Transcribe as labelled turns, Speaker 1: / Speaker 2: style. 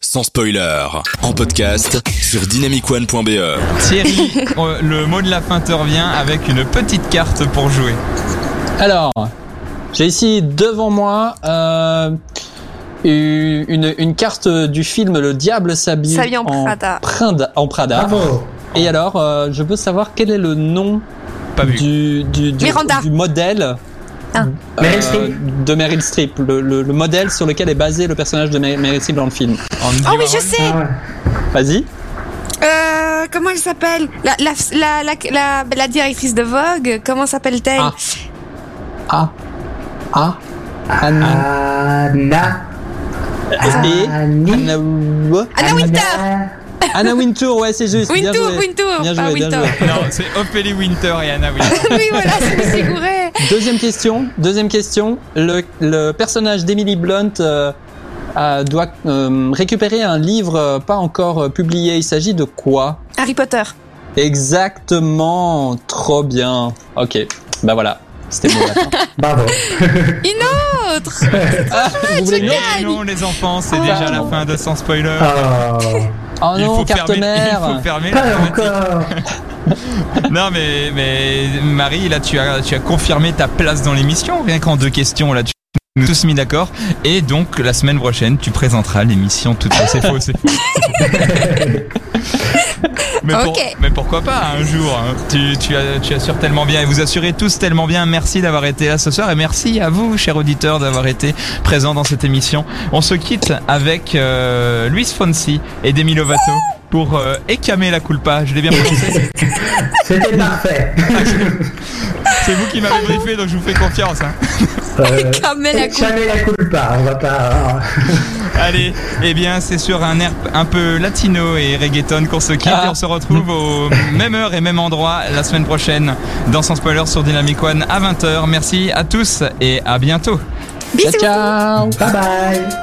Speaker 1: sans spoiler. En podcast sur dynamicone.be.
Speaker 2: Thierry, euh, le mot de la fin te revient avec une petite carte pour jouer.
Speaker 3: Alors, j'ai ici devant moi euh, une, une carte du film Le Diable s'habille
Speaker 4: S'habille en Prada.
Speaker 3: Prinda- en Prada.
Speaker 5: Bravo.
Speaker 3: Et alors, euh, je veux savoir quel est le nom
Speaker 2: Pas vu.
Speaker 3: du, du, du,
Speaker 4: Miranda.
Speaker 3: du modèle
Speaker 4: Ah.
Speaker 3: euh,
Speaker 5: Meryl Streep.
Speaker 3: de Meryl Streep, le, le- le modèle sur lequel est basé le personnage de Mer- Meryl Streep dans le film.
Speaker 2: En
Speaker 4: Oh oui,
Speaker 2: Warhol.
Speaker 4: je sais.
Speaker 5: Ah ouais.
Speaker 3: Vas-y.
Speaker 4: Euh, comment elle s'appelle la, la, la, la, la, la directrice de Vogue, comment s'appelle-t-elle
Speaker 3: Ah. A. A. Anna.
Speaker 5: Anna.
Speaker 3: Et
Speaker 4: Ah.
Speaker 5: Annie.
Speaker 3: Anna.
Speaker 4: Anna Winter
Speaker 3: Anna Wintour, ouais, c'est juste. bien
Speaker 4: Wintour,
Speaker 3: joué.
Speaker 4: Wintour,
Speaker 3: Bien
Speaker 4: pas
Speaker 3: joué, bien
Speaker 4: Winter.
Speaker 3: joué.
Speaker 2: Non, c'est Ophélie Winter et Anna Winter.
Speaker 4: oui, voilà, c'est me suis gourée.
Speaker 3: Deuxième question. Deuxième question. Le, le personnage d'Emily Blunt euh, euh, doit euh, récupérer un livre euh, pas encore euh, publié. Il s'agit de quoi
Speaker 4: Harry Potter.
Speaker 3: Exactement. Trop bien. Ok. Bah voilà. C'était mon lapin.
Speaker 5: Bravo.
Speaker 4: Autre.
Speaker 3: Ah, vous voulez une autre
Speaker 2: Non, les enfants, c'est
Speaker 4: Ah.
Speaker 2: déjà la fin de Sans Spoiler.
Speaker 5: Oh.
Speaker 3: Oh
Speaker 2: il
Speaker 3: non,
Speaker 2: faut
Speaker 3: carte
Speaker 2: fermer, il
Speaker 3: mère.
Speaker 2: faut fermer la
Speaker 5: Pas
Speaker 2: thématique.
Speaker 5: encore.
Speaker 2: Non mais, mais Marie, là tu as, tu as confirmé ta place dans l'émission, rien qu'en deux questions, là tu nous tous mis d'accord. Et donc la semaine prochaine tu présenteras l'émission toute seule. C'est faux, c'est faux. mais, pour-
Speaker 4: Ok.
Speaker 2: mais pourquoi pas un jour hein. tu, tu, as- tu assures tellement bien et vous assurez tous tellement bien. Merci d'avoir été là ce soir et merci à vous, chers auditeurs, d'avoir été présents dans cette émission. On se quitte avec euh, Luis Fonsi et Demi Lovato pour euh, écamer la culpa. Je l'ai bien prononcé.
Speaker 5: C'était parfait.
Speaker 2: C'est vous qui m'avez briefé, donc je vous fais confiance. hein.
Speaker 5: Euh,
Speaker 4: Comme elle a
Speaker 5: Jamais la culpa. On va pas.
Speaker 2: Allez, eh bien, c'est sur un air un peu latino et reggaeton qu'on se quitte.
Speaker 3: Ah.
Speaker 2: Et on se retrouve au même heure et même endroit la semaine prochaine dans Sans Spoiler sur Dynamic One à 20h. Merci à tous et à bientôt.
Speaker 4: Bisous.
Speaker 3: Ciao. ciao.
Speaker 5: Bye bye.